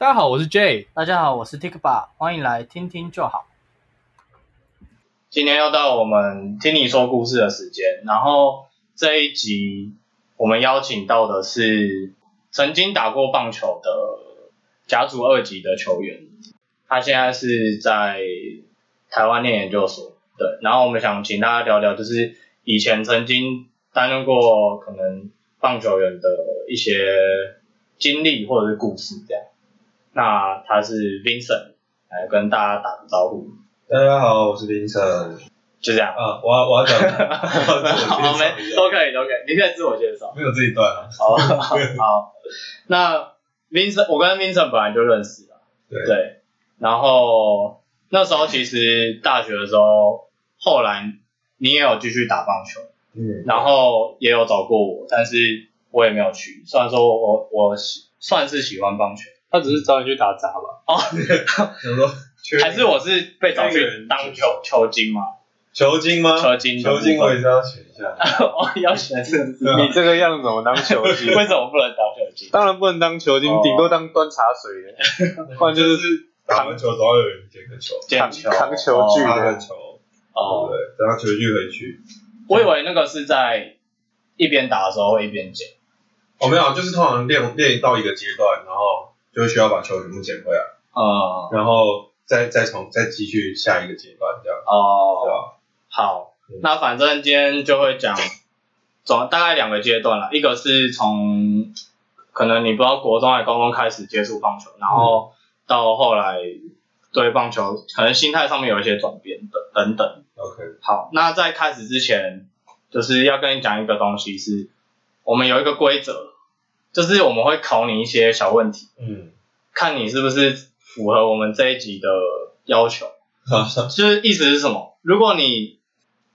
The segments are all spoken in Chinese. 家好，我是 J。大家好，我是 Tikba，欢迎来听听就好。今天又到我们听你说故事的时间，然后这一集我们邀请到的是曾经打过棒球的甲组二级的球员，他现在是在台湾念研究所，对，然后我们想请大家聊聊，就是以前曾经担任过可能棒球员的一些经历或者是故事这样。那他是 Vincent，来跟大家打个招呼，大家好，我是凌晨。就这样。啊，我要我 要讲，好，我没没都可以，都可以，你可以自我介绍。没有这一段啊。好，好，那 Vincent，我跟 Vincent 本来就认识了，对对。然后那时候其实大学的时候，后来你也有继续打棒球，嗯，然后也有找过我，但是我也没有去。虽然说我我喜算是喜欢棒球，哦他只是找你去打杂吧？想说缺还是我是被找去当球球精嘛？球精吗？球精的部球分精我也是要选一下。哦，要选是不是对啊 你这个样子怎么当球精？ 为什么不能当球精？当然不能当球精哦，顶多当端茶水的， 不然就是打完球总要有人捡个球，捡球扛球具发哦个球，哦对，然后球具回去。我以为那个是在一边打的时候会一边捡。哦，没有，就是通常练练到一个阶段，然后就需要把球全部捡回来，嗯，然后再再从再继续下一个阶段这样，对哦，吧？好嗯，那反正今天就会讲总大概两个阶段了，一个是从可能你不知道国中还高中开始接触棒球，然后到后来对棒球可能心态上面有一些转变等等等。 OK，好，那在开始之前，就是要跟你讲一个东西是，我们有一个规则，就是我们会考你一些小问题，嗯，看你是不是符合我们这一集的要求。好，就是意思是什么？如果你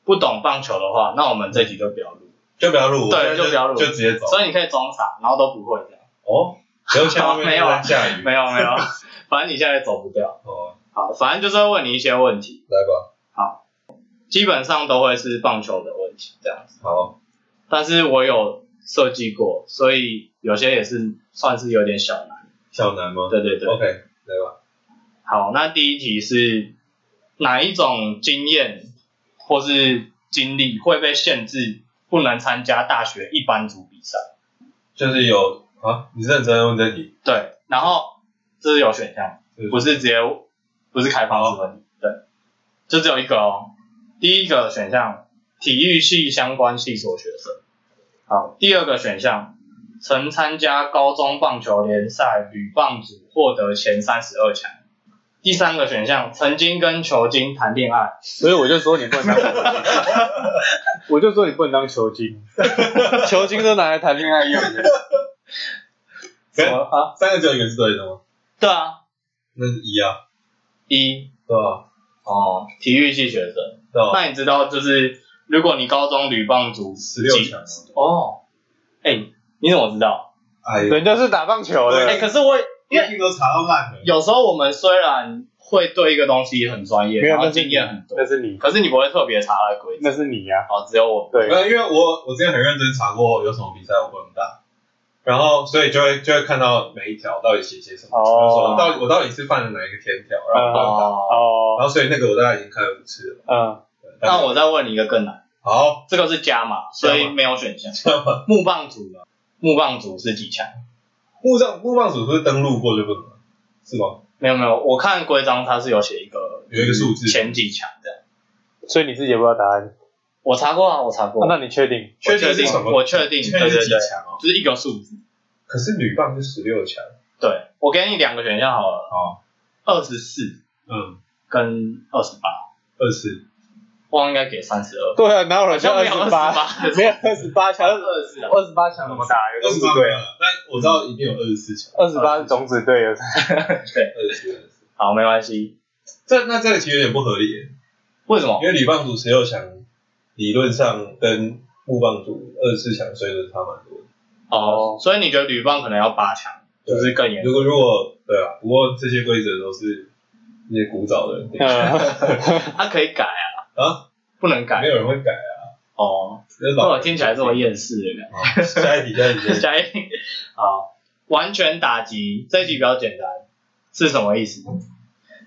不懂棒球的话，那我们这一集就不要录，就不要录，对我现在就不要录就直接走。所以你可以装傻，然后都不会这样。哦，然后下面没有啊下雨，没有没 有，反正你现在走不掉。哦，好，反正就是会问你一些问题，来吧，基本上都会是棒球的问题这样子。好，但是我有设计过，所以有些也是算是有点小难。小南吗？对对对， OK，来吧。好，那第一题是哪一种经验或是经历会被限制不能参加大学一般组比赛？就是有啊，你认真问这题，对，然后这是有选项，不是是直接不是开放式问题，对，就只有一个哦。第一个选项，体育系相关系所学生。好，第二个选项，曾参加高中棒球联赛与棒组获得前三十二强。第三个选项，曾经跟球精谈恋爱。所以我就说你不能 当，我就说你不能当球 精，球精都拿来谈恋爱用的。什么啊？三个只有一个是对的吗？对啊，那是一啊，一对吧？哦，体育系学生。对啊吧？那你知道就是，如果你高中女棒组十六几强，哦，哎、你怎么知道？哎呦，人家是打棒球哎、啊的，可是我因为一定都查到烂了。有时候我们虽然会对一个东西很专业，没有然后那是经你验很多那，是你，可是你不会特别查它的规则。那是你呀。哦，只有我对，呃，因为我我之前很认真查过有什么比赛我不能打，然后所以就会就会看到每一条到底写些什么，哦就是说到底我到底是犯了哪一个天条，然后不能打。哦。哦，然后所以那个我大概已经看了五次了。嗯，那我再问你一个更难，好，这个是加码，所加以码没有选项。这样吧木棒组呢？木棒组是几强？木杖木棒组不是登录过就不能了，是吗？没有没有，我看规章它是有写一个有一个数字前几强这样。所以你自己也不知道答案，我查过啊，我查过，那你确定？我定是什么？我确定确定对是对几对强哦？就是一个数字。可是女棒是十六强，对，我给你两个选项好了，好，二十四嗯，跟二十八，二十，我应该给三十二。对啊，哪有人像叫没二有十八？ 28 没有二十八强，二十啊，二十八强怎么打？有种子队啊，了，但我知道一定有二十四强。二十八是种子队有二十四，二十四。好，没关系。这那这个其实有点不合理耶，为什么？因为女棒组十六强，理论上跟木棒组二十四强水准差蛮多哦的。哦，所以你觉得铝棒可能要八强，对就是更严如果如果对啊，不过这些规则都是那些古早的人定的嗯，它可以改啊，啊，不能没改有人会改啊。哦。这是那老我人听起来这么厌世的感 好下一题，下一题，下一觉。题下一，好，完全打击这一题比较简单，是什么意思？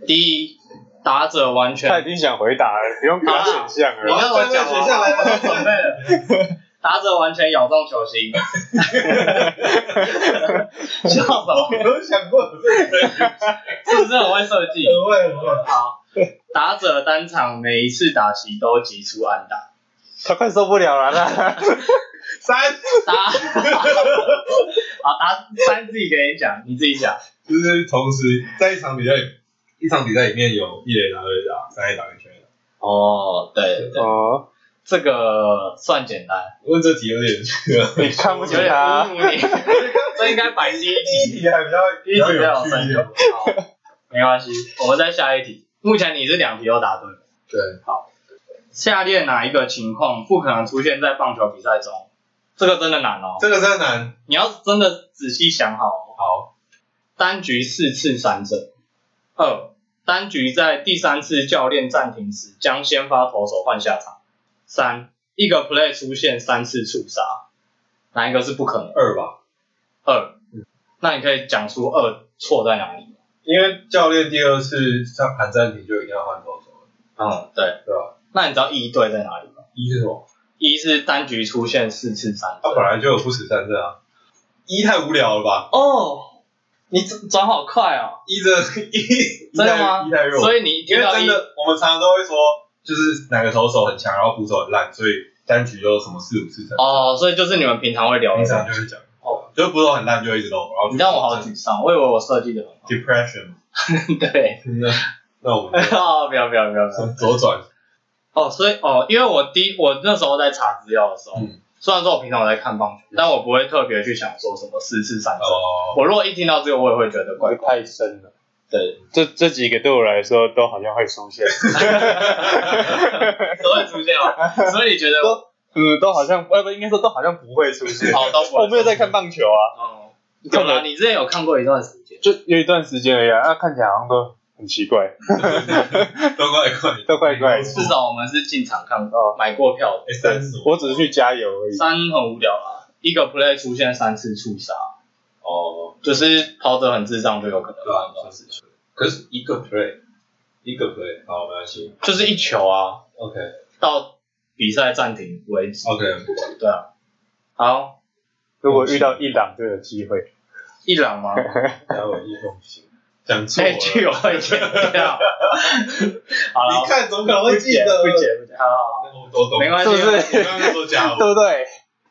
第一，打者完 他全已经想回答了，不用给他选项你了。让我讲对对选项来我 准备了。 打者完全咬中球心， 笑什么？没有想过这个，是不是很会设计？不会不会，好，打者单场每一次打席都击出安打，他快受不了了 啦！三打， 好打三自己给你讲，你自己讲。就是同时在一场比赛，一场比赛里面有一垒打、二垒打、三垒打跟全垒打。哦，对对，哦，这个算简单，问这题有点，你看不有起点他侮，辱你， 这应该摆第一啊第一题，题还比较第一题比较有有深趣一度。点。好，没关系，我们再下一题。目前你是两题都答对了。对，下列哪一个情况不可能出现在棒球比赛中？这个真的难哦，这个真的难。你要真的仔细想好哦。好，单局四次三振，二单局在第三次教练暂停时将先发投手换下场，三一个 play 出现三次触杀，哪一个是不可能？二吧，二，那你可以讲出二错在哪里？因为教练第二次他盘暂停就一定要换投手了，嗯，对，对吧？那你知道一对在哪里吗？一是什么？一是单局出现四次三他振本。来就有不死战阵啊。一太无聊了吧？哦，你转转好快哦。一这一真的吗一太？弱，所以你一因听为到真一，的，我们常常都会说，就是哪个投手很强，然后捕手很烂，所以单局有什么四五次三哦，所以就是你们平常会聊的平。常就会讲，哦就是不是很烂就会一直漏，然后你让我好沮丧，我以为我设计的很 好。 depression。对，那 那我们 哦，不要不要不要不要。就左转，哦，所以哦，因为我第一我那时候在查资料的时候，嗯虽然说我平常有在看棒球，但我不会特别去想说什么四次三振。哦，我如果一听到这个，我也会觉得怪怪。太深了。对，这这几个对我来说都好像会出现，都会出现哦。 所以你觉得我 嗯，都好像，呃，不，应该说都好像不会出 现。好哦都不会我没有在看棒球啊，哦，有啦，你之前有看过一段时间。就有一段时间而已啊，啊看起来好像都很奇怪，都怪怪，都怪怪的。至少我们是进场看哦过，买过票的。哎，三十我只是去加油而已。三很无聊啊，一个 play 出现三次触杀，哦，就是跑者很智障就有可能对啊发生这？种吧三事十情，可是一个 play，一个 play，好，没关系就是一球啊， ，OK 到比赛暂停为止。 OK，不管，对啊，好，如果遇到一档就有机会，一朗 吗？还有一封信，讲错了那，句我会剪 掉。好了，你看总可能不会记剪得，不剪不剪，好好好，我都懂，没关系，啊是不是我刚刚说假我，嗯对不对？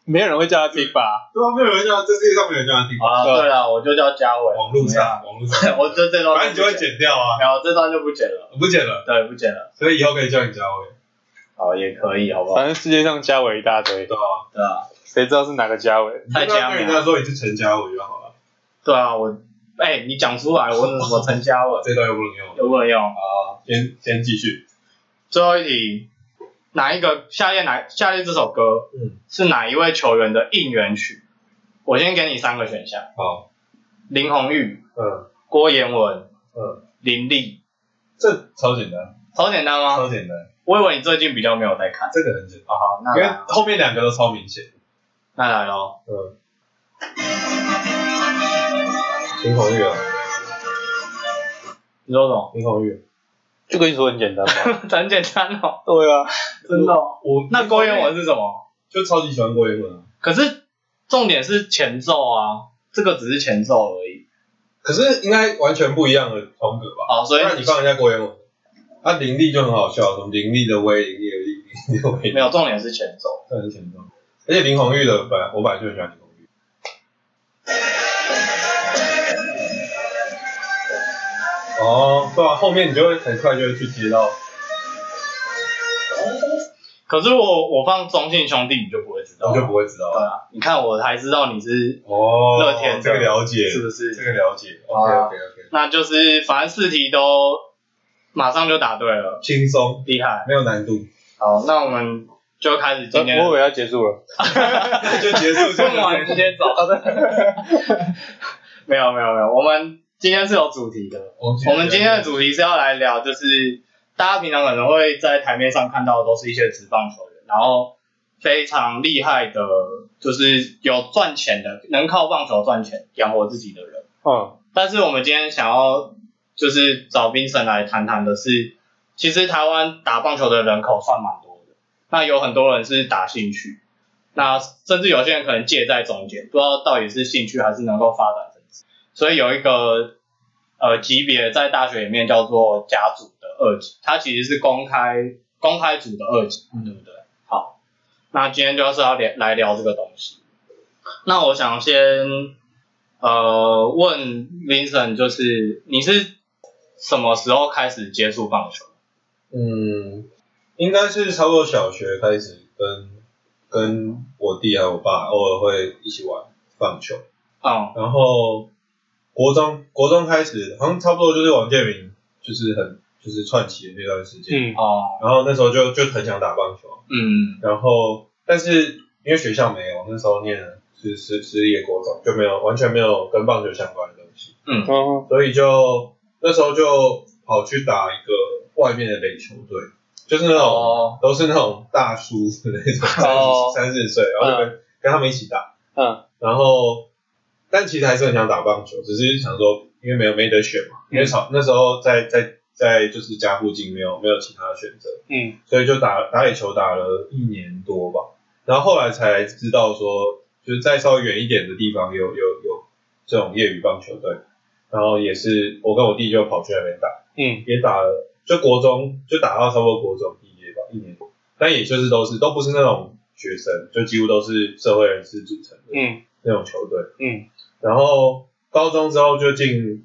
没有人会叫他听吧？对啊，没有人叫，这世界上没有人叫他听，好了，对了，我就叫嘉伟。啊网络上， 网络怎么上，样， 我就这段，反正你就会，剪掉啊，然后这段就不剪了，我不剪了，对，不剪了，所以以后可以叫你嘉伟，好，也可以，好不好？反正世界上嘉伟一大堆，对啊，对啊，谁知道是哪个嘉伟？太你就加跟人家冕，说你是陈嘉伟就好了，对啊，我，哎，你讲出来，我我陈嘉伟这段又不能用，有没有用？好，先先继续。最后一题，哪一个下列哪下列这首歌，嗯是哪一位球员的应援曲？我先给你三个选项：好，林红玉、嗯郭彦文、嗯，林立。这超简单，超简单超吗？简单，我以为你最近比较没有在看。这个很简单，好好，那因为来咯后面两个都超明显。那来喽。嗯，林红玉啊，你说什么？ 林红玉，就跟你说很简单吧？很简单哦，对啊，真的、哦。我那郭彦文是什么？就超级喜欢郭彦文啊，可是重点是前奏啊，这个只是前奏而已。可是应该完全不一样的风格吧？好，所以那你放一下郭彦文，啊，林立就很好笑，什么林立的威，林立的力，林立的威，没有重点是前奏。这很简单。而且林红玉的本来我本来就很喜欢林红玉，哦，对啊，后面你就会很快就会去接到。可是我我放中信兄弟，你就不会知道。我就不会知道对了。啊，你看我还知道你是哦乐天的这个了解，是不是？这个了解好？OK 啊 OK OK，那就是反正四题都马上就答对了，轻松，厉害。没有难度，好，那我们就开始呃今天的我以为要结束了， 那就结束这问完个。直接 走。哦 没有没有没有，我们今天是有主题的。我们今天的主题是要来聊，就是大家平常可能会在台面上看到的都是一些职棒球员，然后非常厉害的，就是有赚钱的，能靠棒球赚钱养活自己的人。嗯，但是我们今天想要就是找冰神来谈谈的是，其实台湾打棒球的人口算蛮多的，那有很多人是打兴趣，那甚至有些人可能介在中间，不知道到底是兴趣还是能够发展成职业。所以有一个呃级别在大学里面叫做甲组的二级，它其实是公开公开组的二级，对不对？好，那今天就是要聊来聊这个东西。那我想先呃，问 Vincent，就是你是什么时候开始接触棒球？嗯，应该是差不多小学开始跟跟我弟还有我爸偶尔会一起玩棒球，嗯然后国中国中开始好像差不多就是王建民就是很就是串起的那段时间，嗯，哦，然后那时候就就很想打棒球，嗯然后但是因为学校没有，那时候念的是私私立的国中就没有完全没有跟棒球相关的东西，哦，所以就那时候就跑去打一个外面的垒球队，就是那种、哦都是那种大叔的那种，三哦十三四十岁，然后就跟、跟他们一起打，嗯，然后但其实还是很想打棒球，只是想说因为没有没得选嘛，嗯因为朝那时候在在在就是家附近没有没有其他的选择，嗯，所以就打打垒球打了一年多吧，然后后来才知道说，就是在稍微远一点的地方有有有这种业余棒球队，然后也是我跟我弟就跑去那边打，嗯，也打了，就国中就打到差不多国中毕业吧，一年多，但也就是都是都不是那种学生，就几乎都是社会人士组成的嗯，那种球队，嗯，然后高中之后就进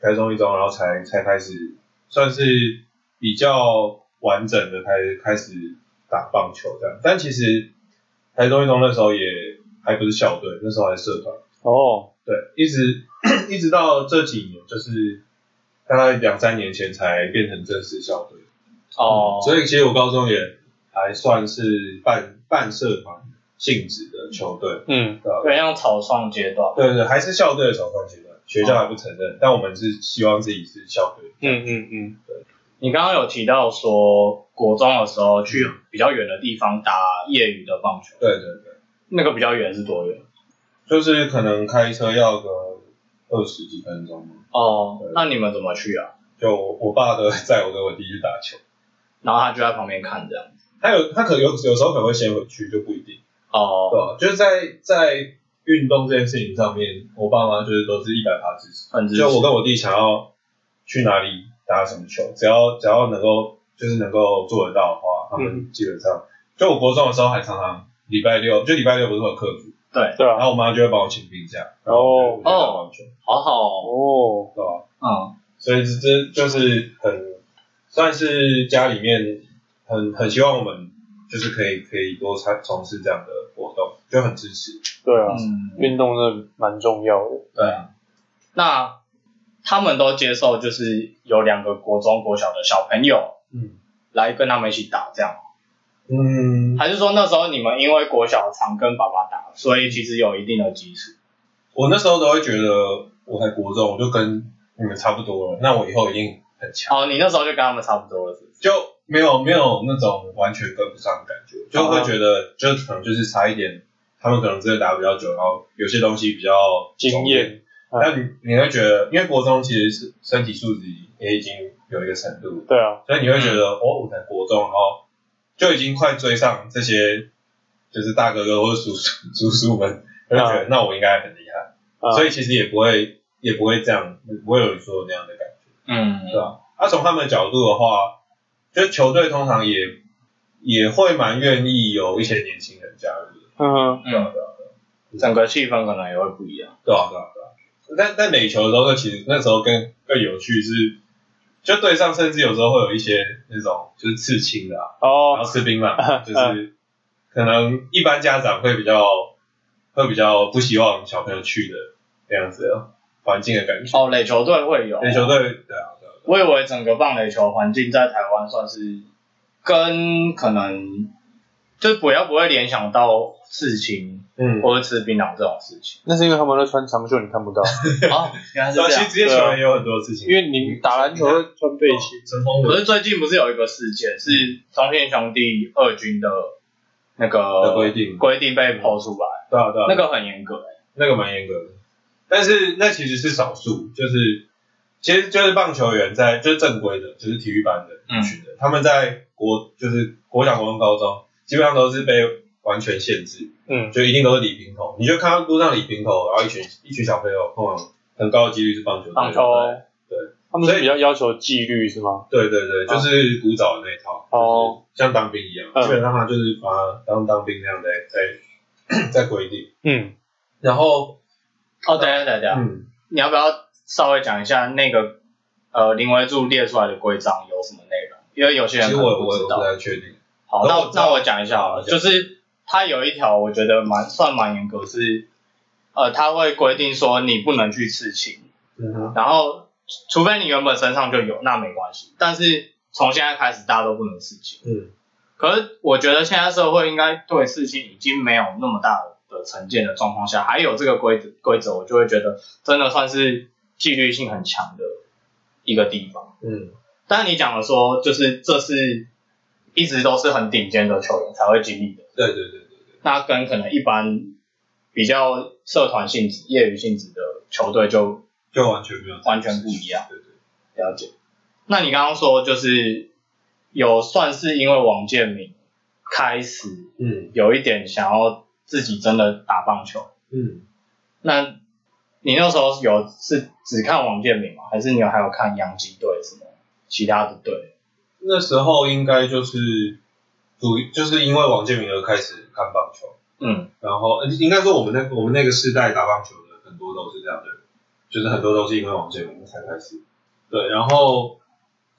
台中一中，然后才才开始算是比较完整的开始开始打棒球这样，但其实台中一中那时候也还不是校队，那时候还是社团，哦，对，一直一直 到这几年，就是大概两三年前才变成正式校队。哦，所以其实我高中也还算是半半社团性质的球队，嗯，对吧有点像草创阶段。对对，还是校队的首创阶段，学校还不承认，但我们是希望自己是校队。嗯嗯嗯，你刚刚有提到说国中的时候去比较远的地方打业余的棒球，对对对，那个比较远是多远？就是可能开车要个二十几分钟嘛，哦对那你们怎么去啊？就我我爸都会 载我跟我弟去打球，然后他就在旁边看这样子。他有他可有有时候可能会先回去，就不一定。对哦，啊、就是在在运动这件事情上面，我爸妈就是都是一百趴支持。很支持就我跟我弟想要去哪里打什么球，只要只要能够就是能够做得到的话，他嗯们基本上、就我国中的时候还常常礼拜六就礼拜六不是会有课服，对然啊，后我妈就会帮我请病假，然哦后我就打网球，好好哦，哦，对吧、嗯所以这这就是很算是家里面很很希望我们就是可以可以多参从事这样的活动，就很支持。对啊，嗯，运动真的蛮重要的，对啊，那他们都接受，就是有两个国中、国小的小朋友嗯。来跟他们一起打这样。嗯，还是说那时候你们因为国小常跟爸爸打，所以其实有一定的基础？我那时候都会觉得我才国中，我就跟你们差不多了，那我以后一定很强，哦，你那时候就跟他们差不多了，是不是？就没有没有那种完全跟不上的感觉，就会觉得就可能就是差一点，他们可能真的打比较久，然后有些东西比较经熟练。验，但你你会觉得，因为国中其实是身体素质也已经有一个程度，对啊，所以你会觉得、哦，我才国中，然后就已经快追上这些就是大哥哥或者叔叔叔叔们，就觉嗯得、那我应该很厉害。啊所以其实也不会也不会这样，不会有人说那样的感觉，嗯，对吧、啊？从他们的角度的话，就球队通常也也会蛮愿意有一些年轻人加入的，嗯哼，嗯，整个气氛可能也会不一样。对啊？对啊？对啊？但但垒球的时候，那其实那时候更更有趣是，就队上甚至有时候会有一些那种就是刺青的、啊，然哦，。后吃槟榔，就是可能一般家长会比较会比较不希望小朋友去的那样子的环境的感觉。哦，垒球队会有垒球，队，对啊，对啊。我以为整个棒垒球环境在台湾算是跟可能就不要不会联想到刺青嗯，或者吃槟榔这种事情那是因为他们都穿长袖，你看不到，哦，原来是早 这期样。啊职业球员也有很多事情， 因为你打篮球会穿背心，陈峰可文是最近不是有一个事件，是中信兄弟二军的那个的规定规定嗯被抛出来，对啊对啊，那个很严格欸、那个蛮严格的，但是那其实是少数，就是其实就是棒球员在就是正规的，就是体育班的嗯群的，他们在国就是国小、国中、高中，基本上都是被完全限制，嗯，就一定都是理平头。你就看到路上理平头，然后一群一群小朋友，通常很高的几率是棒球队棒球啊对哦他们是比较要求纪律是吗？对对对，啊就是古早的那一套，哦，像当兵一样，嗯基本上他就是把他当当兵那样在在在规定。嗯，然后，哦，等一下等一下，嗯，你要不要稍微讲一下那个呃林维柱列出来的规章有什么内容？因为有些其人实可我能我不知我道不。太确定，好，然那后我我那我讲一下好了，好就是它有一条我觉得蛮算蛮严格是，呃，它会规定说你不能去刺青，嗯哼，然后除非你原本身上就有，那没关系，但是从现在开始大家都不能刺青。嗯，可是我觉得现在社会应该对刺青已经没有那么大的成见的状况下，还有这个规则规则，我就会觉得真的算是纪律性很强的一个地方。嗯，但你讲的说，就是这是一直都是很顶尖的球员才会经历的，对对对对对，那跟可能一般比较社团性质、业余性质的球队就就完全没有，完全不一样。对对对，了解。那你刚刚说就是有算是因为王建民开始嗯有一点想要自己真的打棒球，嗯，那你那时候有是只看王建民吗？还是你有还有看洋基队什么其他的队？那时候应该就是主就是因为王建民而开始看棒球，嗯然后呃应该说我们那我们那个世代打棒球的很多都是这样的人，就是很多都是因为王建民才开始。对，然后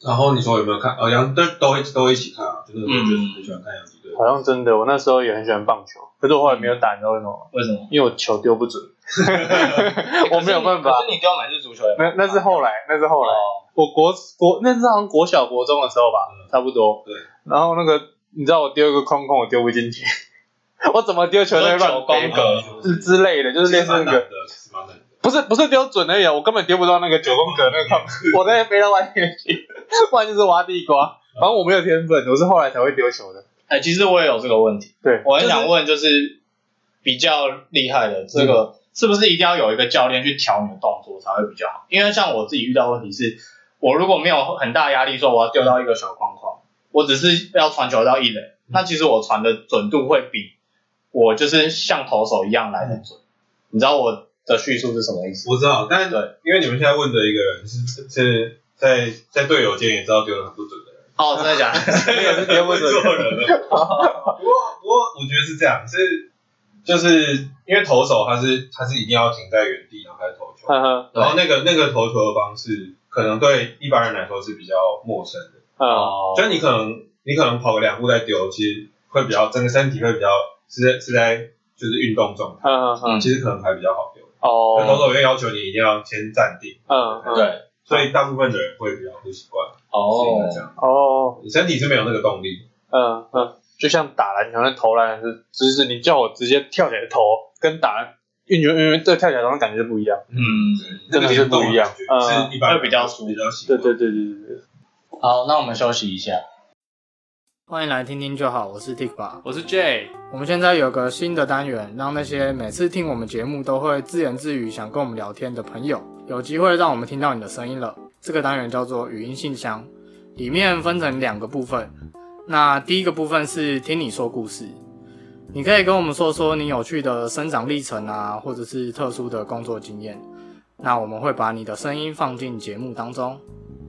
然后你说有没有看？呃，杨对都一都一起看啊，就是我就是很喜欢看洋基队。好像真的，我那时候也很喜欢棒球，可是我后来没有打，你知道为什么吗？为什么？因为我球丢不 准，我没有办可法。是你丢满是足球也那那是后来，那是后来。哦，我国国那是好像国小国中的时候吧，嗯差不多。对。然后那个你知道我丢一个空空，我丢不进去， 我怎么丢球都会球乱宫飞格之之类的，就是类似那蛮难个，的，是蛮难的。不是不是丢准而已啊，我根本丢不到那个九宫格那个空，我在那飞到外面去，不然就是挖地瓜。反正我没有天分，我是后来才会丢球的。哎、其实我也有这个问题。对我很想问，就是比较厉害的这个，是不是一定要有一个教练去调你的动作才会比较好？因为像我自己遇到问题是，我如果没有很大压力，说我要丢到一个小框框，我只是要传球到一垒，那其实我传的准度会比我就是像投手一样来的准。你知道我的叙述是什么意思？我知道，但对因为你们现在问的一个人是是是在在队友间也知道丢的很不准的人，哦，真的假的？那个是丢不准做人了。不过不过，我觉得是这样，是就是因为投手他是他是一定要停在原地然后开始投球，嗯呵呵，然后那个那个投球的方式，可能对一般人来说是比较陌生的，嗯，哦 就你可能你可能跑个两步再丢，其实会比较整个身体会比较是在是在就是运动状态，嗯嗯嗯其实可能还比较好丢。那投哦，手因为要求你一定要先站定，嗯嗯对，所以大部分的人会比较不习惯，是因为这哦，样，哦，你身体是没有那个动力，嗯嗯，就像打篮球那投篮是，就是你叫我直接跳起来投，跟打运球运球对跳起来投那感觉就不一样。嗯，那个联动的感真的是不一样觉是一般人嗯会比较熟比较习对惯。对对对对对。好，那我们休息一下。欢迎来听听就好，我是 Tik 吧。我是 J，我们现在有个新的单元，让那些每次听我们节目都会自言自语想跟我们聊天的朋友，有机会让我们听到你的声音了。这个单元叫做语音信箱，里面分成两个部分。那第一个部分是听你说故事，你可以跟我们说说你有趣的生长历程啊，或者是特殊的工作经验。那我们会把你的声音放进节目当中。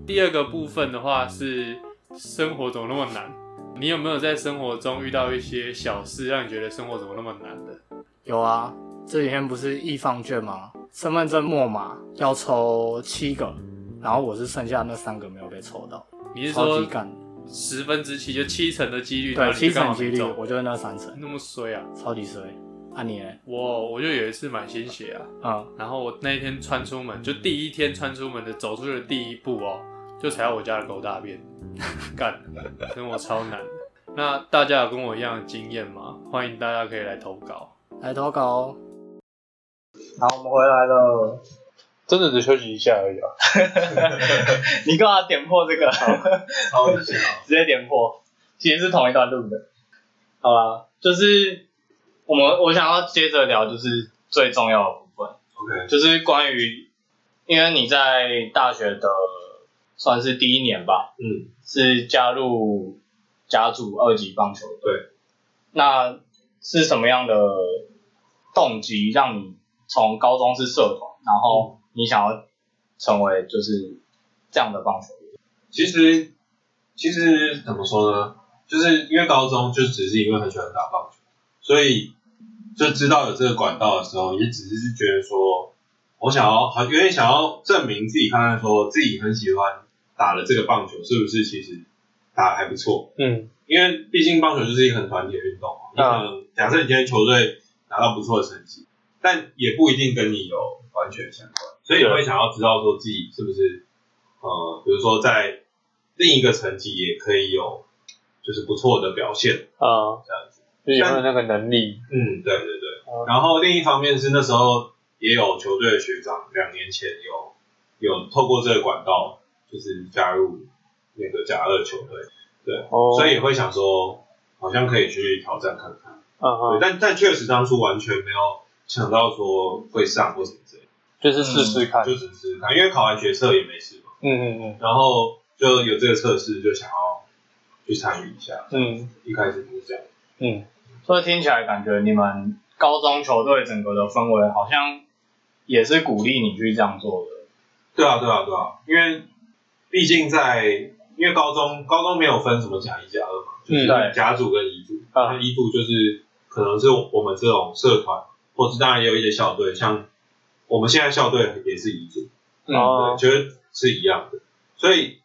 第二个部分的话是生活怎么那么难？你有没有在生活中遇到一些小事，让你觉得生活怎么那么难的？有啊，这几天不是易放券吗？身份证末码要抽七个，然后我是剩下那三个没有被抽到，你是超级说干。十分之七，就七成的几率，然对，后你七就刚成好几没率，中我就是那三成，那么衰啊！超级衰。啊你嘞？我我就有一次买新鞋啊，嗯，然后我那一天穿出门，就第一天穿出门的走出去的第一步哦，就踩到我家的狗大便， 干，跟我超难的。那大家有跟我一样的经验吗？欢迎大家可以来投稿。来投稿哦。好，我们回来了。真的只休息一下而已啊。你干嘛点破这个？超一下哦直接点破，其实是同一段路的。好啦，就是我们我想要接着聊，就是最重要的部分， ，OK，就是关于因为你在大学的算是第一年吧，嗯，是加入甲组二级棒球队。对，那是什么样的动机让你从高中是社团，然后你想要成为就是这样的棒球员？其实其实怎么说呢？就是因为高中就只是因为很喜欢打棒球，所以就知道有这个管道的时候，也只是觉得说，我想要好，因为想要证明自己，看看说自己很喜欢打的这个棒球是不是其实打得还不错。嗯，因为毕竟棒球就是一个很团体的运动嘛。啊那假设你今天球队拿到不错的成绩，但也不一定跟你有完全相关，所以也会想要知道说自己是不是呃，比如说在另一个层级也可以有就是不错的表现。啊，这样子，就有没有那个能力？嗯，对对对。哦然后另一方面是那时候也有球队的学长，两年前有有透过这个管道就是加入那个甲二球队，哦，所以也会想说好像可以去挑战看看。嗯对哼，但但确实当初完全没有想到说会上或什么之类的，就是试试看。就只是看，因为考完学测也没事嘛，嗯嗯然后就有这个测试，就想要去参与一下。嗯一开始就是这样，嗯所以听起来感觉你们高中球队整个的氛围好像也是鼓励你去这样做的。对啊，对啊，对啊，因为毕竟在因为高中高中没有分什么甲一甲二嘛，嗯，对甲组跟乙组，啊那乙组就是可能是我们这种社团，或是当然也有一些校队，像我们现在校队也是乙组，嗯哦，觉得是一样的。所以，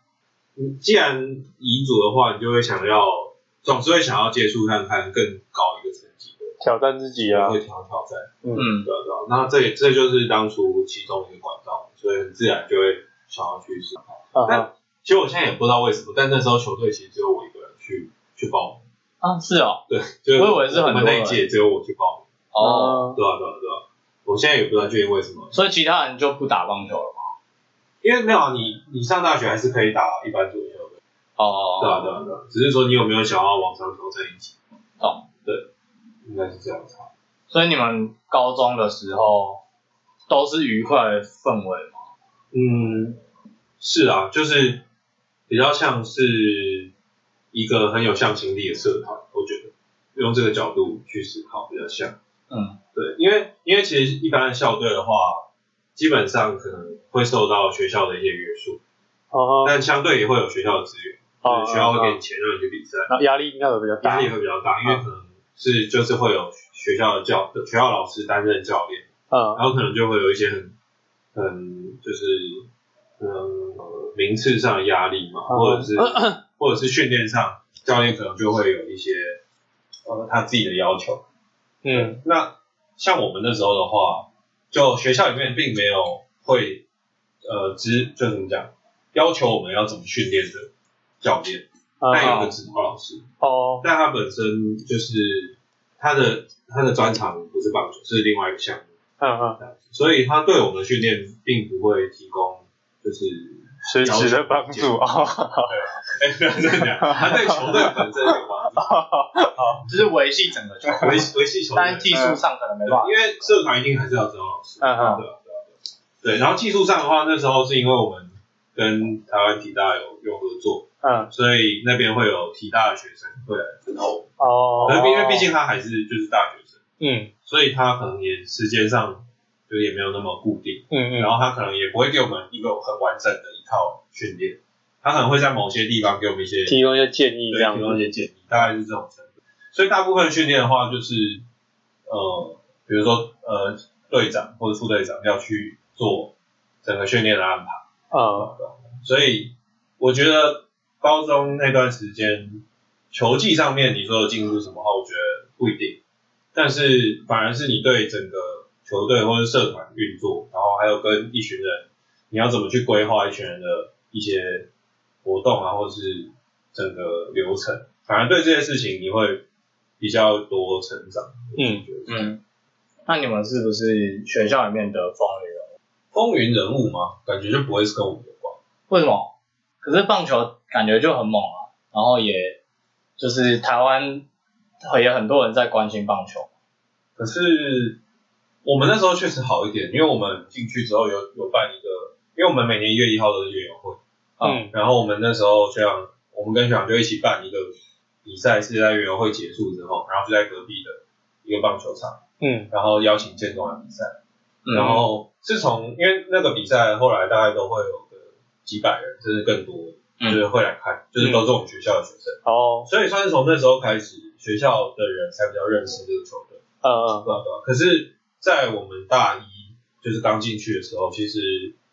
你既然遗嘱的话，你就会想要，总是会想要接触看看更高一个层级的，挑战自己啊会，想要挑战，嗯对啊对啊。那这也这就是当初其中一个管道，所以很自然就会想要去试。嗯但哼，其实我现在也不知道为什么，但那时候球队其实只有我一个人去去报名，啊，是哦，对，就是我以为是很我多们那一人届只有我去报名，哦，哦，对啊对啊对啊。我现在也不知道究竟为什么，所以其他人就不打棒球了吗？因为没有啊你，你上大学还是可以打一般左右的。对啊，哦，对啊，对啊，只是说你有没有想要往上挑战一级？哦懂，对，应该是这样子吧。所以你们高中的时候都是愉快的氛围吗？嗯，是啊，就是比较像是一个很有向心力的社团，我觉得用这个角度去思考比较像。嗯，对，因为因为其实一般的校队的话，基本上可能会受到学校的一些约束，哦，但相对也会有学校的资源，哦就是学校会给你钱让你去比赛。那压力应该会比较大压。力会比较大，因嗯为可能是就是会有学校的教学校老师担任教练，嗯然后可能就会有一些很很就是嗯呃名次上的压力嘛，嗯或者是或者是训练上教练可能就会有一些呃他自己的要求。嗯那像我们那时候的话，就学校里面并没有会呃只就怎么讲要求我们要怎么训练的教练，但有一嗯，个指导老师。哦，但他本身就是他的他的专长不是棒球，是另外一个项目，嗯嗯，这样子所以他对我们的训练并不会提供就是，实质的帮助哦，哎，不要这样讲，他对球队本身有帮 哦助，就是维系整个球维 队，维系球队，但是技术上可能没办法。因为社团一定还是要指导老师，嗯嗯对啊对啊对，对然后技术上的话，那时候是因为我们跟台湾体大有有合作，嗯所以那边会有体大的学生会来指导我，哦，可是因为毕竟他还是就是大学生。嗯，所以他可能也时间上就也没有那么固定，嗯嗯然嗯后他可能也不会给我们一个很完整的一套训练，他可能会在某些地方给我们一些提供一些建议对这样提子供。一些建议，大概是这种程度。所以大部分训练的话，就是呃，比如说呃，队长或者副队长要去做整个训练的安排。嗯所以我觉得高中那段时间，球技上面你说有进步什么话，我觉得不一定，但是反而是你对整个球队或者社团运作，然后还有跟一群人，你要怎么去规划一群人的一些活动啊，或是整个流程，反而对这些事情你会比较多成长。嗯，嗯，那你们是不是学校里面的风云人物？风云人物嘛，感觉就不会是跟我们有关。为什么？可是棒球感觉就很猛啊，然后也就是台湾也很多人在关心棒球，可是我们那时候确实好一点，因为我们进去之后有有办一个，因为我们每年一月一号都是园游会，嗯，然后我们那时候学长，我们跟学长就一起办一个比赛，是在园游会结束之后，然后就在隔壁的一个棒球场，嗯，然后邀请建中来比赛，嗯然后是从因为那个比赛后来大概都会有个几百人，甚至更多，嗯就是会来看，就是都是我们学校的学生，嗯哦，所以算是从那时候开始，学校的人才比较认识这个球队。嗯呃，对啊对啊。可是，在我们大一就是刚进去的时候，其实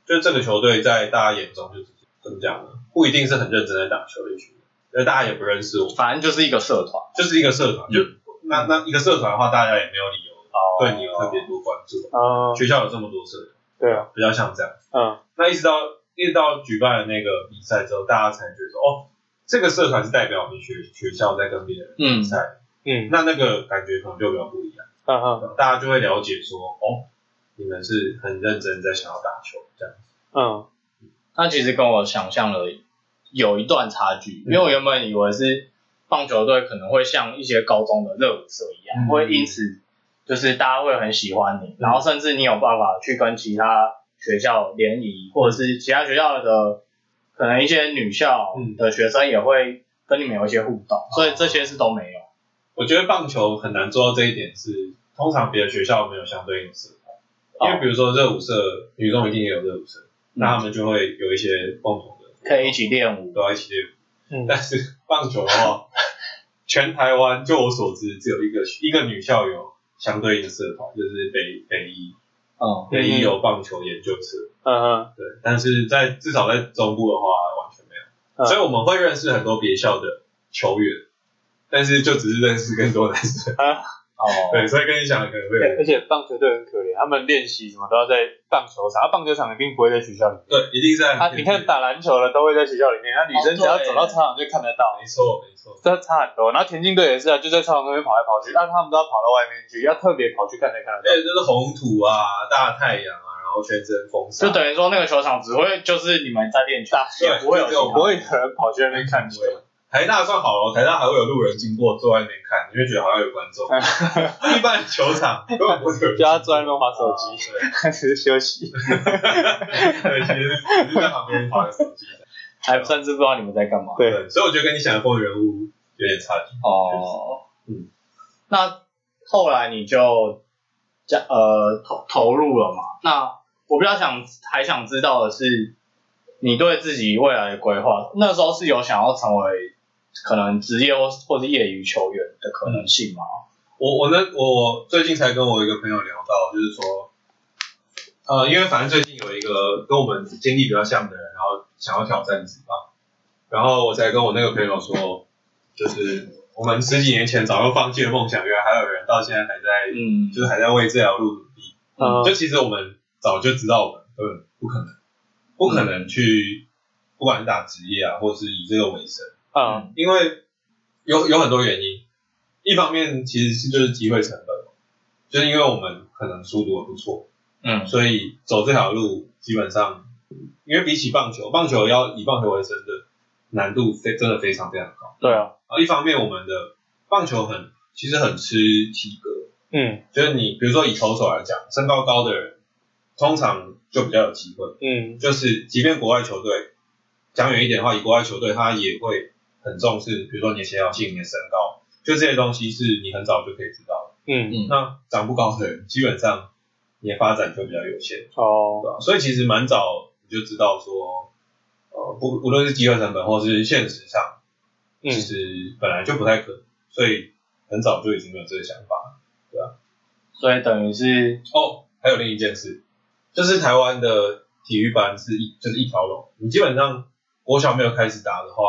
就这个球队在大家眼中就是怎么讲呢？不一定是很认真在打球的一群人，因为大家也不认识我，反正就是一个社团。就是一个社团。就那那一个社团的话，大家也没有理由对你特别多关注。嗯啊，学校有这么多社团，对啊，比较像这样。嗯，那一直到一直到举办了那个比赛之后，大家才觉得说，哦，这个社团是代表我们学学校在跟别人嗯比赛，嗯，那那个感觉可能就比较不一样。哈嗯哈，大家就会了解说，哦，你们是很认真在想要打球这样。嗯，那其实跟我想象的有一段差距，因为嗯我原本以为是棒球队可能会像一些高中的热舞社一样，嗯会因此就是大家会很喜欢你，然后甚至你有办法去跟其他学校联谊，或者是其他学校的可能一些女校嗯的学生也会跟你们有一些互动，所以这些是都没有。我觉得棒球很难做到这一点是，通常别的学校没有相对应的社团，因为比如说热舞社，女中一定也有热舞社，那他们就会有一些共同的，可以一起练舞，都要一起练舞。嗯但是棒球的话， 全台湾就我所知，只有一个一个女校有相对应的社团，就是北北一，嗯，北一有棒球研究社，嗯对，但是在至少在中部的话完全没有，嗯所以我们会认识很多别校的球员，但是就只是认识更多男生。哦，对，所以跟你讲的可能对会有而且棒球队很可怜，他们练习什么都要在棒球场，啊棒球场一定不会在学校里面。对，一定是在啊，你看打篮球的都会在学校里面，那女生只要走到操场就看得到，没错没错，这差很多。然后田径队也是啊，就在操场那边跑来跑去，那他们都要跑到外面去，要特别跑去看才看得到。而且就是红土啊、大太阳啊，然后全身风就沙，等于说那个球场只会就是你们在练球，也不会有对就只其他有不会有人跑去那边看球。对台大算好了，台大还会有路人经过坐在那边看，你会觉得好像有观众。嗯一般球场根本不会有人就 要坐在那边滑手机，经过。对只是休息，对，其实只是在旁边划个手机。还甚至不知道你们在干嘛。对，对，所以我觉得跟你想的风云人物有点差距。哦，嗯，那后来你就加呃投投入了嘛？那我比较想还想知道的是，你对自己未来的规划，那时候是有想要成为可能职业或或是业余球员的可能性吗？我我呢，我最近才跟我一个朋友聊到，就是说，呃，因为反正最近有一个跟我们经历比较像的人，然后想要挑战职棒，然后我才跟我那个朋友说，就是我们十几年前早就放弃的梦想，原来还有人到现在还在，嗯，就是还在为这条路努力。嗯就其实我们早就知道，我们根本不可能，不可能去，不管是打职业啊，或是以这个为生。嗯因为有有很多原因，一方面其实是就是机会成本，就是因为我们可能速度不错，嗯所以走这条路基本上，因为比起棒球，棒球要以棒球为生的难度非真的非常非常高。对啊，啊，一方面我们的棒球很其实很吃体格，嗯就是你比如说以投手来讲，身高高的人通常就比较有机会。嗯就是即便国外球队讲远一点的话，以国外球队他也会很重视，比如说你的协调性、你的身高，就这些东西是你很早就可以知道的。嗯，那长不高的人，基本上你的发展就比较有限，对哦，吧、所以其实蛮早你就知道说，呃，不无论是机会成本或是现实上，嗯其实本来就不太可能，所以很早就已经有这个想法了。所以等于是哦，还有另一件事，就是台湾的体育班是一就是一条龙，你基本上国小没有开始打的话，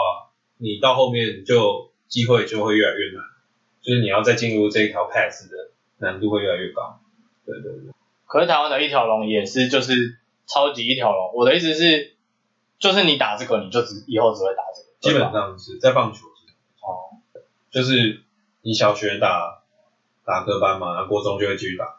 你到后面就机会就会越来越难，就是你要再进入这一条 pass 的难度会越来越高。对对对，可是台湾的一条龙也是就是超级一条龙。我的意思是，就是你打这个，你就只以后只会打这个，基对吧本上是在棒球是这样哦，就是你小学打打科班嘛，然后国中就会继续打，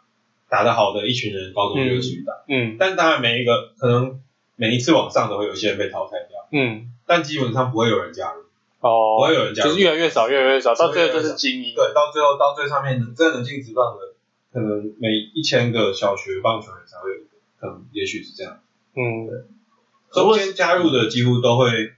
打得好的一群人，高中就会继续打。嗯但当然每一个可能每一次往上都会有一些人被淘汰掉，嗯，但但基本上不会有人加入。不哦会，有人加就入，是越来越少，越来越少，到最后就是精英，对，到最后到最上面真的能进职棒的，可能每一千个小学棒球员才会有一个，可能也许是这样。嗯，中间加入的几乎都会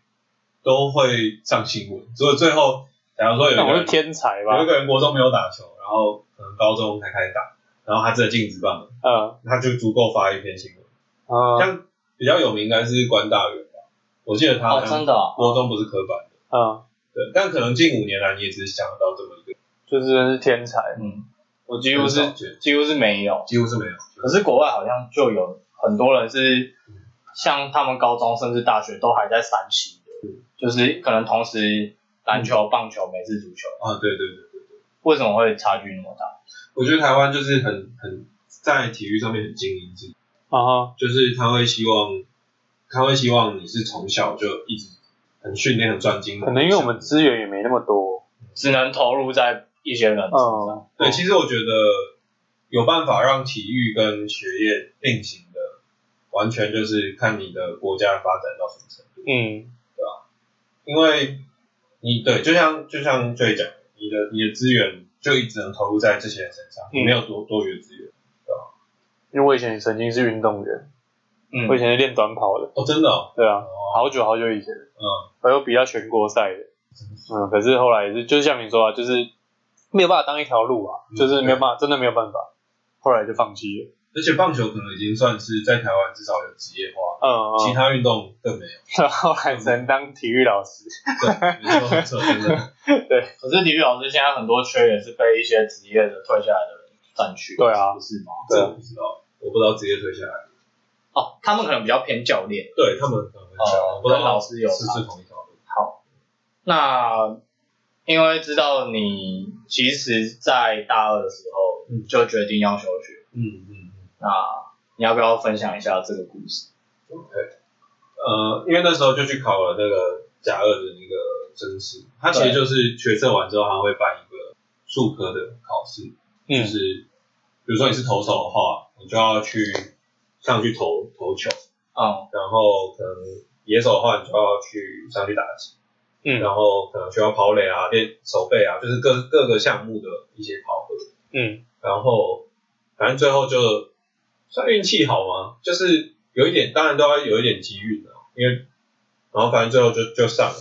都会上新闻，所以最后假如说有一那个我是人天才有一吧？个人国中没有打球，然后可能高中才开始打，然后他真的进职棒了，嗯他就足够发一篇新闻。嗯像比较有名应该是关大元吧，我记得他好哦，像真的哦、国中不是科班的，嗯，对，但可能近五年来你也只是想得到这么一个，就是是天才。嗯，我几乎是很少见几乎是没有，几乎是没有。可是国外好像就有很多人是，像他们高中甚至大学都还在三期的，就是可能同时篮球、棒球、美式足球，啊，对对对，为什么会差距那么大？我觉得台湾就是很很在体育上面很精英制啊哈，就是他会希望，他会希望你是从小就一直很训练、很专精。可能因为我们资源也没那么多。只能投入在一些人身上。嗯，对，其实我觉得有办法让体育跟学业并行的，完全就是看你的国家发展到什么程度。嗯因为你对，就像就像最讲的，你的你的资源就一直能投入在这些人身上，嗯你没有多多余的资源。因为我以前曾经是运动员，嗯我以前是练短跑的，哦，真的哦，对啊，好久好久以前，嗯，我有比到全国赛的，嗯，可是后来也是，就像你说啊，就是没有办法当一条路啊，嗯就是没有办法，真的没有办法，后来就放弃了。而且棒球可能已经算是在台湾至少有职业化，嗯，啊其嗯他运动更没有。然后还只能当体育老师。对，没错没错，真的。可是体育老师现在很多缺也是被一些职业的退下来的人占去，对啊不是吗？对这我不知道，我不知道职业退下来。哦，他们可能比较偏教练。对他们可能很哦小，我不知道跟老师有是是同一条路。那因为知道你其实，在大二的时候嗯就决定要休学，嗯嗯嗯。那你要不要分享一下这个故事？呃，因为那时候就去考了那个甲二的那个真试，它其实就是学测完之后，它会办一个数科的考试，就嗯是比如说你是投手的话，你就要去上去投投球，嗯，然后可能野手的话，你就要去上去打击，嗯然后可能需要跑垒啊、练手背啊，就是各各个项目的一些考核。嗯然后反正最后就算运气好嘛，就是有一点，当然都要有一点机遇的，因为然后反正最后就就上了，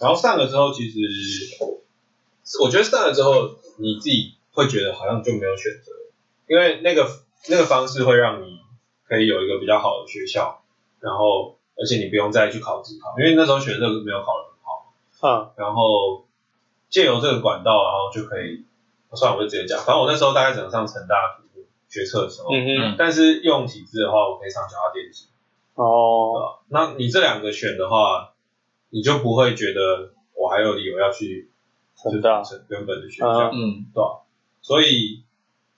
然后上了之后，其实我觉得上了之后，你自己会觉得好像就没有选择，因为那个那个方式会让你可以有一个比较好的学校，然后而且你不用再去考自考，因为那时候学测没有考得很好，嗯然后借由这个管道，然后就可以，哦算了，我就直接讲。反正我那时候大概只能上成大土木学测的时候，嗯嗯但是用体制的话，我可以上交大电机。哦，那你这两个选的话，你就不会觉得我还有理由要去成大就是原本的学校，嗯，所以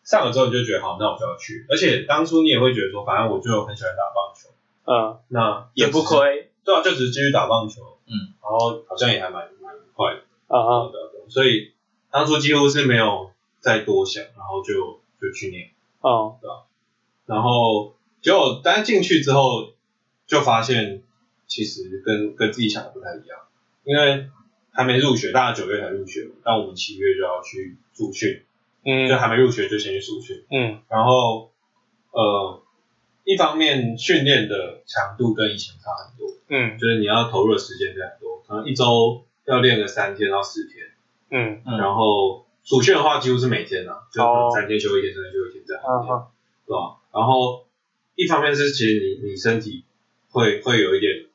上了之后你就觉得好，那我就要去。而且当初你也会觉得说，反正我就很喜欢打棒球，嗯那也不以，亏。对啊，就只是继续打棒球，嗯，然后好像也还蛮蛮快的。啊哈，所以当初几乎是没有再多想，然后就就去念，嗯然后结果但是进去之后就发现，其实跟跟自己想的不太一样，因为还没入学，大家九月才入学嘛，但我们七月就要去驻训，就嗯还没入学就先去驻训，嗯然后呃，一方面训练的强度跟以前差很多，嗯就是你要投入的时间非常多，可能一周要练个三天到四天。嗯嗯然后暑训的话几乎是每天啊，就可哦能三天休一天，三天休一天这样，啊哈，对吧？然后一方面是其实你你身体会会有一点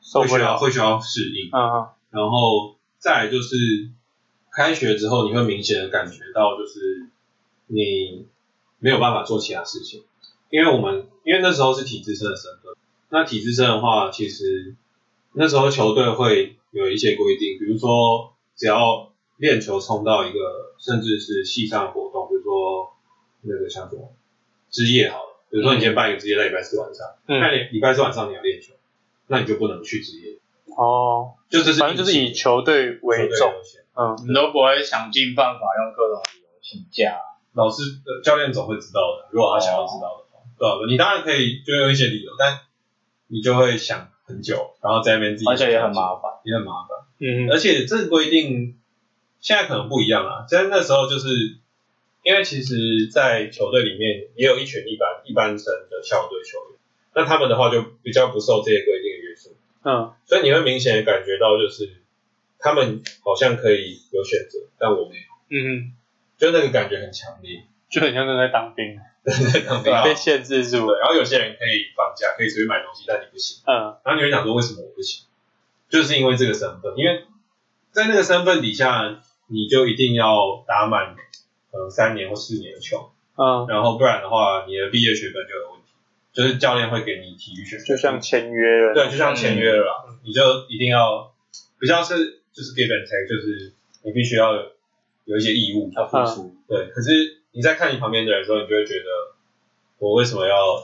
受会不需要了。会需要适应，嗯嗯然后再来就是开学之后，你会明显的感觉到就是你没有办法做其他事情，因为我们因为那时候是体制生的身份，那体制生的话，其实那时候球队会有一些规定，比如说只要练球冲到一个甚至是系上活动，比如说那个像什么之夜好了，比如说你今天办一个之夜在礼拜四晚上，那嗯，你礼拜四晚上你要练球，那你就不能去之夜。哦，就这是反正就是以球队为球队重。优先嗯你都不会想尽办法用各种理由请假。老师、呃、教练总会知道的，如果他想要知道的哦话，对吧、你当然可以就用一些理由，但你就会想很久，然后在那边自己，而且也很麻烦，也很麻烦。嗯嗯而且这个规定现在可能不一样啊，在那时候就是因为其实，在球队里面也有一群一般一般生的校队球员，那他们的话就比较不受这些规定的约束，嗯，所以你会明显的感觉到，就是他们好像可以有选择，但我没有，嗯，就那个感觉很强烈。就很像正在当兵，对啊被限制住对，然后有些人可以放假，可以随便买东西，但你不行。嗯然后你会想说，为什么我不行？就是因为这个身份，因为在那个身份底下，你就一定要打满可能三年或四年的球，嗯，然后不然的话，你的毕业学分就有问题。就是教练会给你体育学分，就像签约了，对，就像签约了啦，你就一定要比较是就是 give and take，就是你必须要有一些义务要付出。对，可是你在看你旁边的人的时候，你就会觉得我为什么要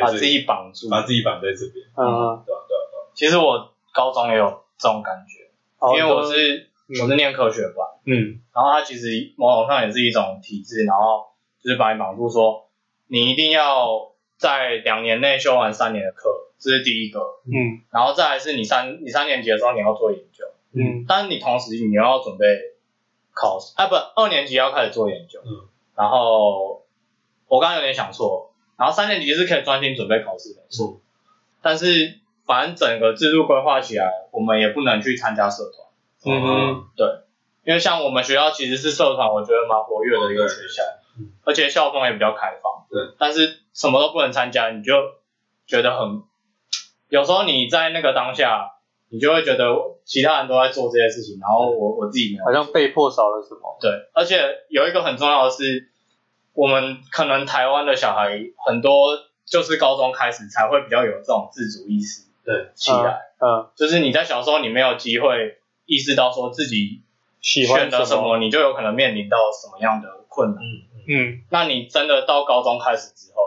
嗯把这自里己绑住。把自己绑在这边？嗯，对啊对啊对啊其实我高中也有这种感觉，嗯因为我是嗯我是念科学班，嗯然后它其实某种上也是一种体制，然后就是把你绑住说，你一定要在两年内修完三年的课，这是第一个。嗯然后再来是你三你三年级的时候你要做研究，嗯但是你同时你又要准备考试啊，不，二年级要开始做研究。嗯。然后我刚刚有点想错，然后三年级是可以专心准备考试的，嗯但是反正整个制度规划起来，我们也不能去参加社团。嗯哦哼因为像我们学校其实是社团，我觉得蛮活跃的一个学校嗯，而且校风也比较开放。对，但是什么都不能参加，你就觉得很，有时候你在那个当下，你就会觉得其他人都在做这些事情，然后我我自己没有。好像被迫少了什么，对，而且有一个很重要的是，我们可能台湾的小孩很多就是高中开始才会比较有这种自主意识对起来，嗯，就是你在小时候你没有机会意识到说自己喜选欢择什么，么，你就有可能面临到什么样的困难。嗯嗯嗯那你真的到高中开始之后，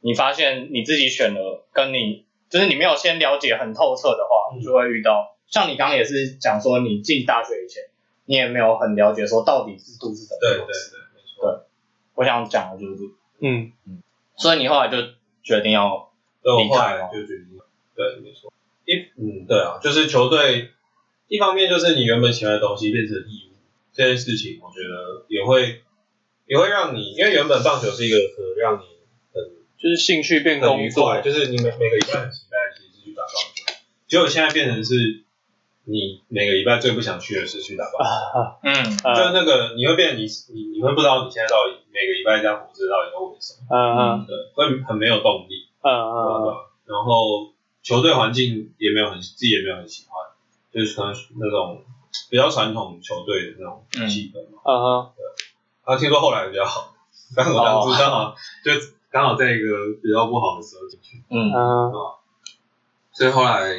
你发现你自己选了，跟你就是你没有先了解很透彻的话，嗯你就会遇到像你刚刚也是讲说，你进大学以前，你也没有很了解说到底制度是怎么对对回事。对，没错。我想讲的就是这个，嗯所以你后来就决定要所以你我后看来哦就决定，对，没错。一嗯，对啊，就是球队，一方面就是你原本喜欢的东西变成义务这件事情，我觉得也会也会让你，因为原本棒球是一个可让你很就是兴趣变很工愉作快，，就是你每每个礼拜很期待，其实是去打棒球，结果现在变成是你每个礼拜最不想去的是去打 棒球，嗯就是嗯那个你会变成你你你会不知道你现在到底每个礼拜这样活着到底要为什么，嗯嗯对，会很没有动力，嗯对吧嗯呃然后球队环境也没有很自己也没有很喜欢，就是可能那种比较传统球队的那种嗯气氛嘛，嗯，啊，听说后来比较好，但我当初刚好就刚好在一个比较不好的时候进去。嗯嗯所以后来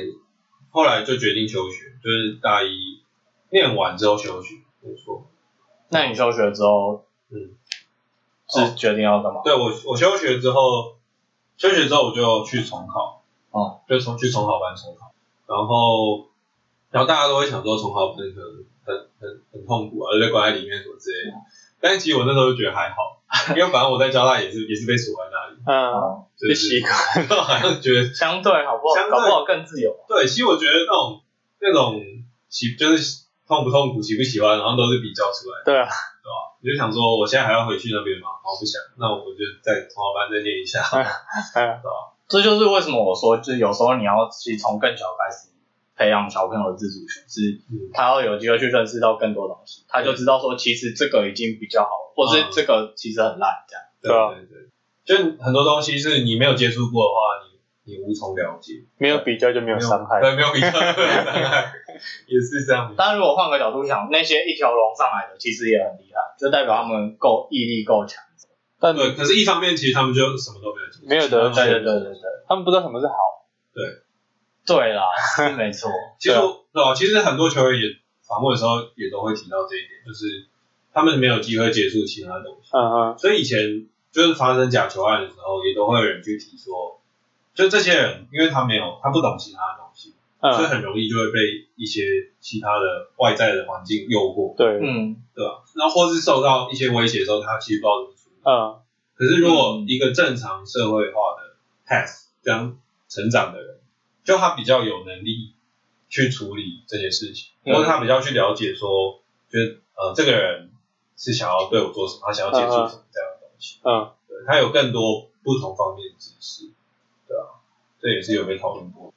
后来就决定休学，就是大一念完之后休学，没错。那你休学之后，嗯，是决定要干嘛？对我我休学之后，休学之后我就去重考，哦，就重去重考班重考，然后然后大家都会想说重考班可能很很很痛苦啊，就被关在里面什么之类哦的。但是其实我那时候就觉得还好，因为反正我在交大也是也是被锁在那里，嗯，就是被 习惯，好像觉得哦相对好不好？相对搞不好更自由。对，其实我觉得那种那种喜就是痛不痛苦、喜不喜欢，然后都是比较出来的。对啊，我就想说，我现在还要回去那边吗？我不想，那我就在同好班再 练一下。嗯这就是为什么我说，就是有时候你要其实从更小开始培养小朋友的自主权，是嗯他要有机会去认识到更多东西，他就知道说其实这个已经比较好了，或是嗯这个其实很烂这样。对对对，就很多东西是你没有接触过的话，你你无从了解，没有比较就没有伤害，对，没有比较，没有伤害，也是这样。但如果换个角度想，那些一条龙上来的其实也很厉害，就代表他们够毅力够强。但对，呃可是一方面其实他们就什么都没有接触，没有得嗯对对对对对，他们不知道什么是好，对啦，是没错。其实我对啊，其实很多球员也访问的时候也都会提到这一点，就是他们没有机会接触其他东西。嗯所以以前就是发生假球案的时候，也都会有人去提说，就这些人，因为他没有他不懂其他的东西，所以嗯嗯，很容易就会被一些其他的外在的环境诱惑，对，嗯，对吧？然后或是受到一些威胁的时候，他其实不知道怎么处理。嗯可是如果嗯一个正常社会化的 path 这样成长的人，就他比较有能力去处理这些事情，嗯或者他比较去了解说，就是呃这个人是想要对我做什么，他想要接触嗯什么这样的东西。嗯，对，他有更多不同方面的知识，对啊，这也是有被讨论过。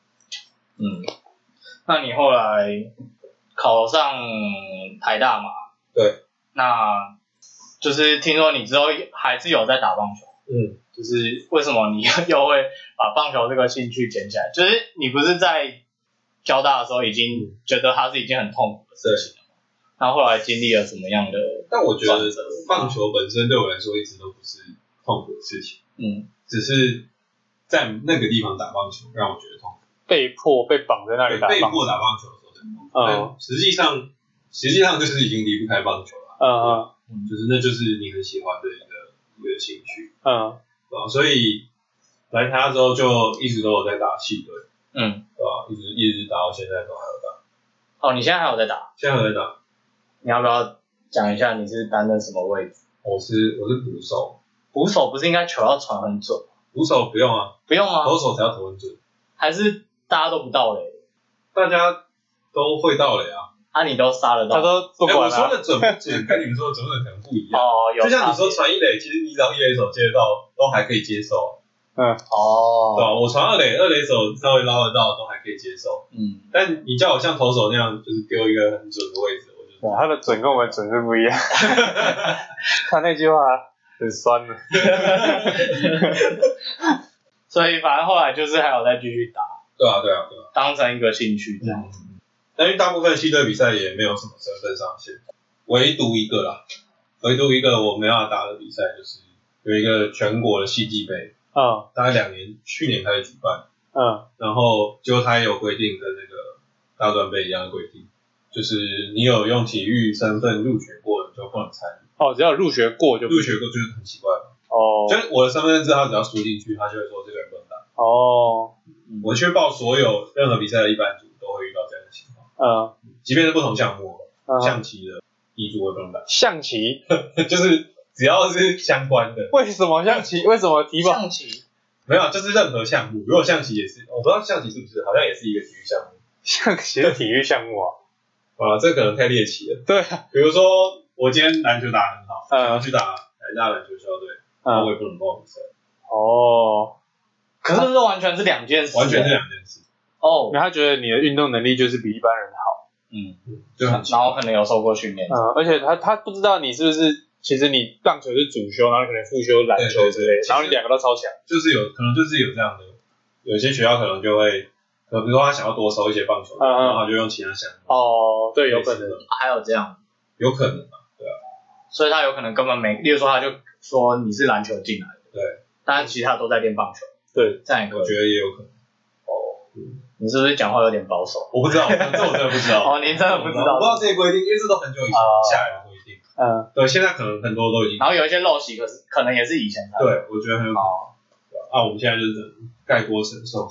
嗯，那你后来考上台大嘛？对，那就是听说你之后还是有在打棒球，嗯，就是为什么你 又会把棒球这个兴趣捡起来？就是你不是在交大的时候已经觉得它是一件很痛苦的事情了吗？那后来经历了什么样的？啊但我觉转得折棒球本身对我来说一直都不是痛苦的事情，嗯，只是在那个地方打棒球让我觉得痛苦。被迫被绑在那里对，打被棒，迫打棒球的时候很痛苦，嗯但实际上实际上就是已经离不开棒球了，嗯嗯就是那就是你很喜欢的一个一个兴趣。嗯对吧？所以来台大之后就一直都有在打戏队，嗯，对吧？一直一直打到现在都还有打，哦，你现在还有在打？现在还有在打。你要不要讲一下你是担任什么位置？我是我是捕手，捕手不是应该球要传很准？捕手不用啊，不用吗？投手才要投很准，还是大家都不到嘞？大家都会到垒啊。啊，你都杀得到？他都不哎，我管啊说了、的准不准，跟你们说的准不准可能不一样。哦，有就像你说差传一垒，其实你只要一垒手接得到，都还可以接受，别对哦，吧？我传二垒，二垒手稍微捞得到，都还可以接受。嗯，但你叫我像投手那样，就是丢一个很准的位置，我就哇，他的准跟我们准是不 一样。他那句话很酸的，所以反正后来就是还有再继续打，对啊，对啊，对啊。当成一个兴趣这样。但因为大部分系队比赛也没有什么身份上限，唯独一个啦，唯独一个我没办法打的比赛，就是有一个全国的戏剧杯，嗯大概两年，去年开始举办，嗯然后就它也有规定，跟那个大专杯一样的规定，就是你有用体育身份入学过的就不能参与，哦，只要入学过就不入行学过就是很奇怪嘛，哦就是我的身份证字他只要输进去，他就会说这个人不能打。哦我确保所有任何比赛的一般组都会遇到这样的情况，嗯即便是不同项目哦，嗯，象棋的遗嘱我也不能打。 象棋就是只要是相关的，为什么 象棋为什么提保？象棋没有，就是任何项目。如果象棋也是，我不知道象棋是不是，好像也是一个体育项目。象棋是体育项目啊，啊，这可能太猎奇了。对啊，比如说我今天篮球打得很好，嗯然后去打台大篮球校队，那我嗯也不能报比赛，哦，可是这完全是两件事，完全是两件事，哦，然后他觉得你的运动能力就是比一般人好，嗯，就很奇然后可能有受过训练，嗯，而且他他不知道你是不是。其实你棒球是主修，然后你可能副修篮球之对对，类的对然后你两个都超强。就是有可能就是有这样的，有些学校可能就会，可能比如说他想要多收一些棒球，嗯嗯然后他就用其他项目，哦，对，有可能。还有这样，有可能啊，所以他有可能根本没，例如说他就说你是篮球进来的，对，但其他都在练棒球，对，这样也可我觉以。得也有可能，你是不是讲话有点保守？我不知道，这我真的不 知道，哦，你真的不知道我不知。道这些规定，因为这都很久以前啊下来的规定。嗯，对，现在可能很多都已经然后有一些陋习，可是可能也是以前的。对，我觉得很有可能哦，啊，我们现在就是只能概括承受。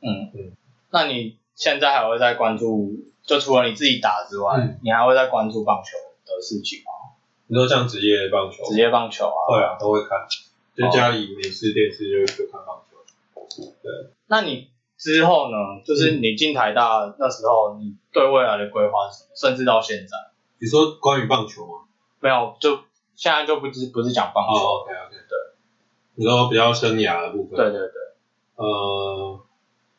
嗯嗯，那你现在还会在关注？就除了你自己打之外，嗯你还会在关注棒球的事情吗？你说像职业棒球，职业棒球啊。对啊，都会看，就家里没事电视就就看棒球。那你之后呢？就是嗯你进台大那时候，你对未来的规划是什么？甚至到现在，你说关于棒球吗？没有就现在就不是不是讲棒球。哦，OK OK，对。你说比较生涯的部分，对对对，呃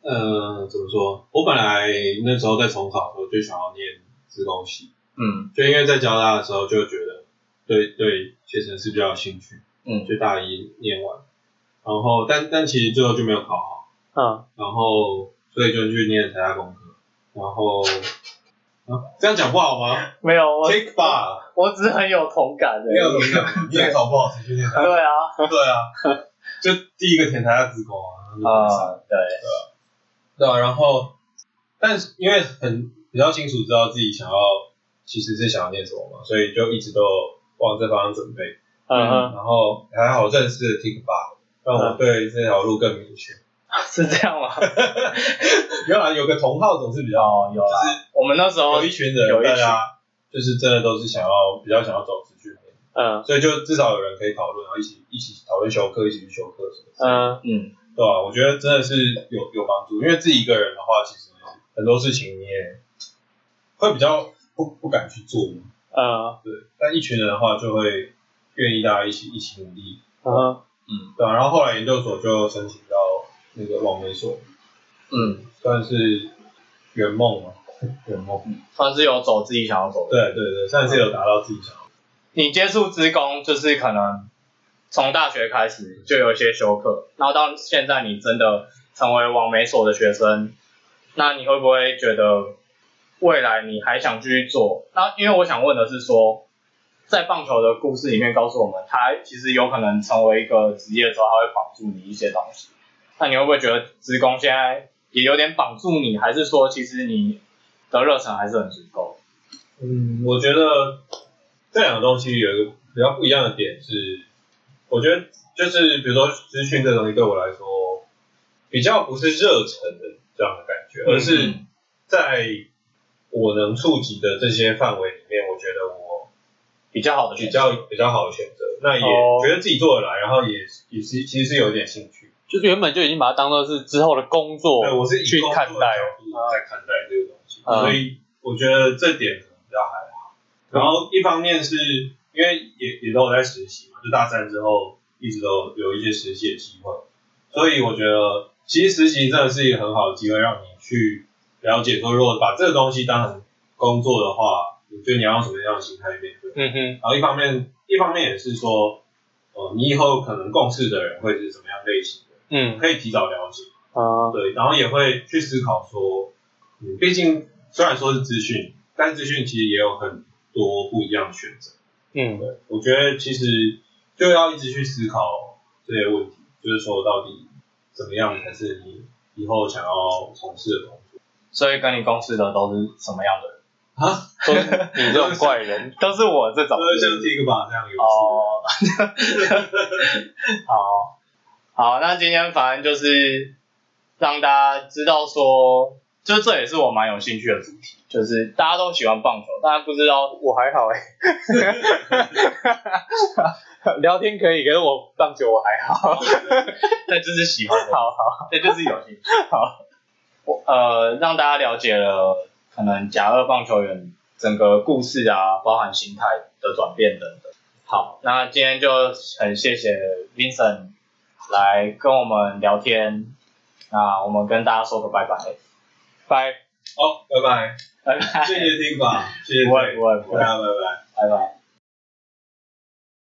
呃，怎么说？我本来那时候在重考的时候就想要念自工系，嗯就因为在交大的时候就觉得对对写程式比较有兴趣，嗯就大一念完，然后但但其实最后就没有考好。嗯，然后所以就去念台大工科，然后、啊、这样讲不好吗没有我？Take 吧，我只是很有同感的没有怎么讲，你也搞不好才去念 台对啊，大，对啊， 就第一个填台大职工啊，啊、对，对啊，然后但是因为很比较清楚知道自己想要其实是想要念什么嘛，所以就一直都往这方向准备，嗯哼，然后还好认识了 Take 吧，让我对这条路更明确。 是这样吗？原来有个同号总是比较好。哦， 有啦。我们那时候有一群人，有一群大家就是真的都是想要比较想要走资讯类，嗯所以就至少有人可以讨论，然后一起一起讨论修课，一起去修课什么的，嗯嗯对吧、我觉得真的是有有帮助，因为自己一个人的话，其实很多事情你也会比较不不敢去做嘛，嗯啊，对，但一群人的话就会愿意大家一起一起努力，啊，嗯，对啊、然后后来研究所就申请到那个网媒所，嗯，算是圆梦嘛， 圆梦。算是有走自己想要走的。对对对，算是有达到自己想要。你接触资工，就是可能从大学开始就有一些修课，然后到现在你真的成为网媒所的学生，那你会不会觉得未来你还想继续做？那因为我想问的是说，在棒球的故事里面告诉我们，他其实有可能成为一个职业之后，他会绑住你一些东西。那你会不会觉得职工现在也有点绑住你，还是说其实你的热忱还是很足够？嗯，我觉得这两个东西有一个比较不一样的点是，我觉得就是比如说资讯这东西对我来说，比较不是热忱的这样的感觉，而是嗯在我能触及的这些范围里面，我觉得我比较好的比选择较比较好的选择。那也哦觉得自己做得来，然后也也是其实是有点兴趣。就是原本就已经把它当做是之后的工作对，我是去以工作看的待哦角度在看待这个东西，嗯所以我觉得这点可能比较还好。然后一方面是因为也也都有在实习嘛，就大三之后一直都有一些实习的机会，所以我觉得其实实习真的是一个很好的机会，让你去了解说，如果把这个东西当成工作的话，你觉得你要用什么样的心态去面对？嗯哼，然后一方面，一方面也是说，呃，你以后可能共事的人会是什么样类型的，嗯可以提早了解。嗯啊，对，然后也会去思考说，嗯，毕竟虽然说是资讯，但资讯其实也有很多不一样的选择。嗯对，我觉得其实就要一直去思考这些问题，就是说到底怎么样才是你以后想要从事的工作所以跟你共事的都是什么样的人？啊？都是你这种怪 人，都是我这种。就是像 Tik 吧这样有趣的。哦， 好，好，那今天反正就是让大家知道说，就这也是我蛮有兴趣的主题，就是大家都喜欢棒球，但是不知道我还好哎、欸， 聊天可以，可是我棒球我还好，那就是喜欢的，好好，这就是有兴趣。好，我呃，让大家了解了可能甲二棒球员整个故事啊，包含心态的转变等等。好，那今天就很谢谢 Vincent 来跟我们聊天，那我们跟大家说个拜拜，拜。好，拜拜，拜拜，谢谢 Tik 吧，谢谢不会不，Tik，会不会大，家拜拜。拜拜。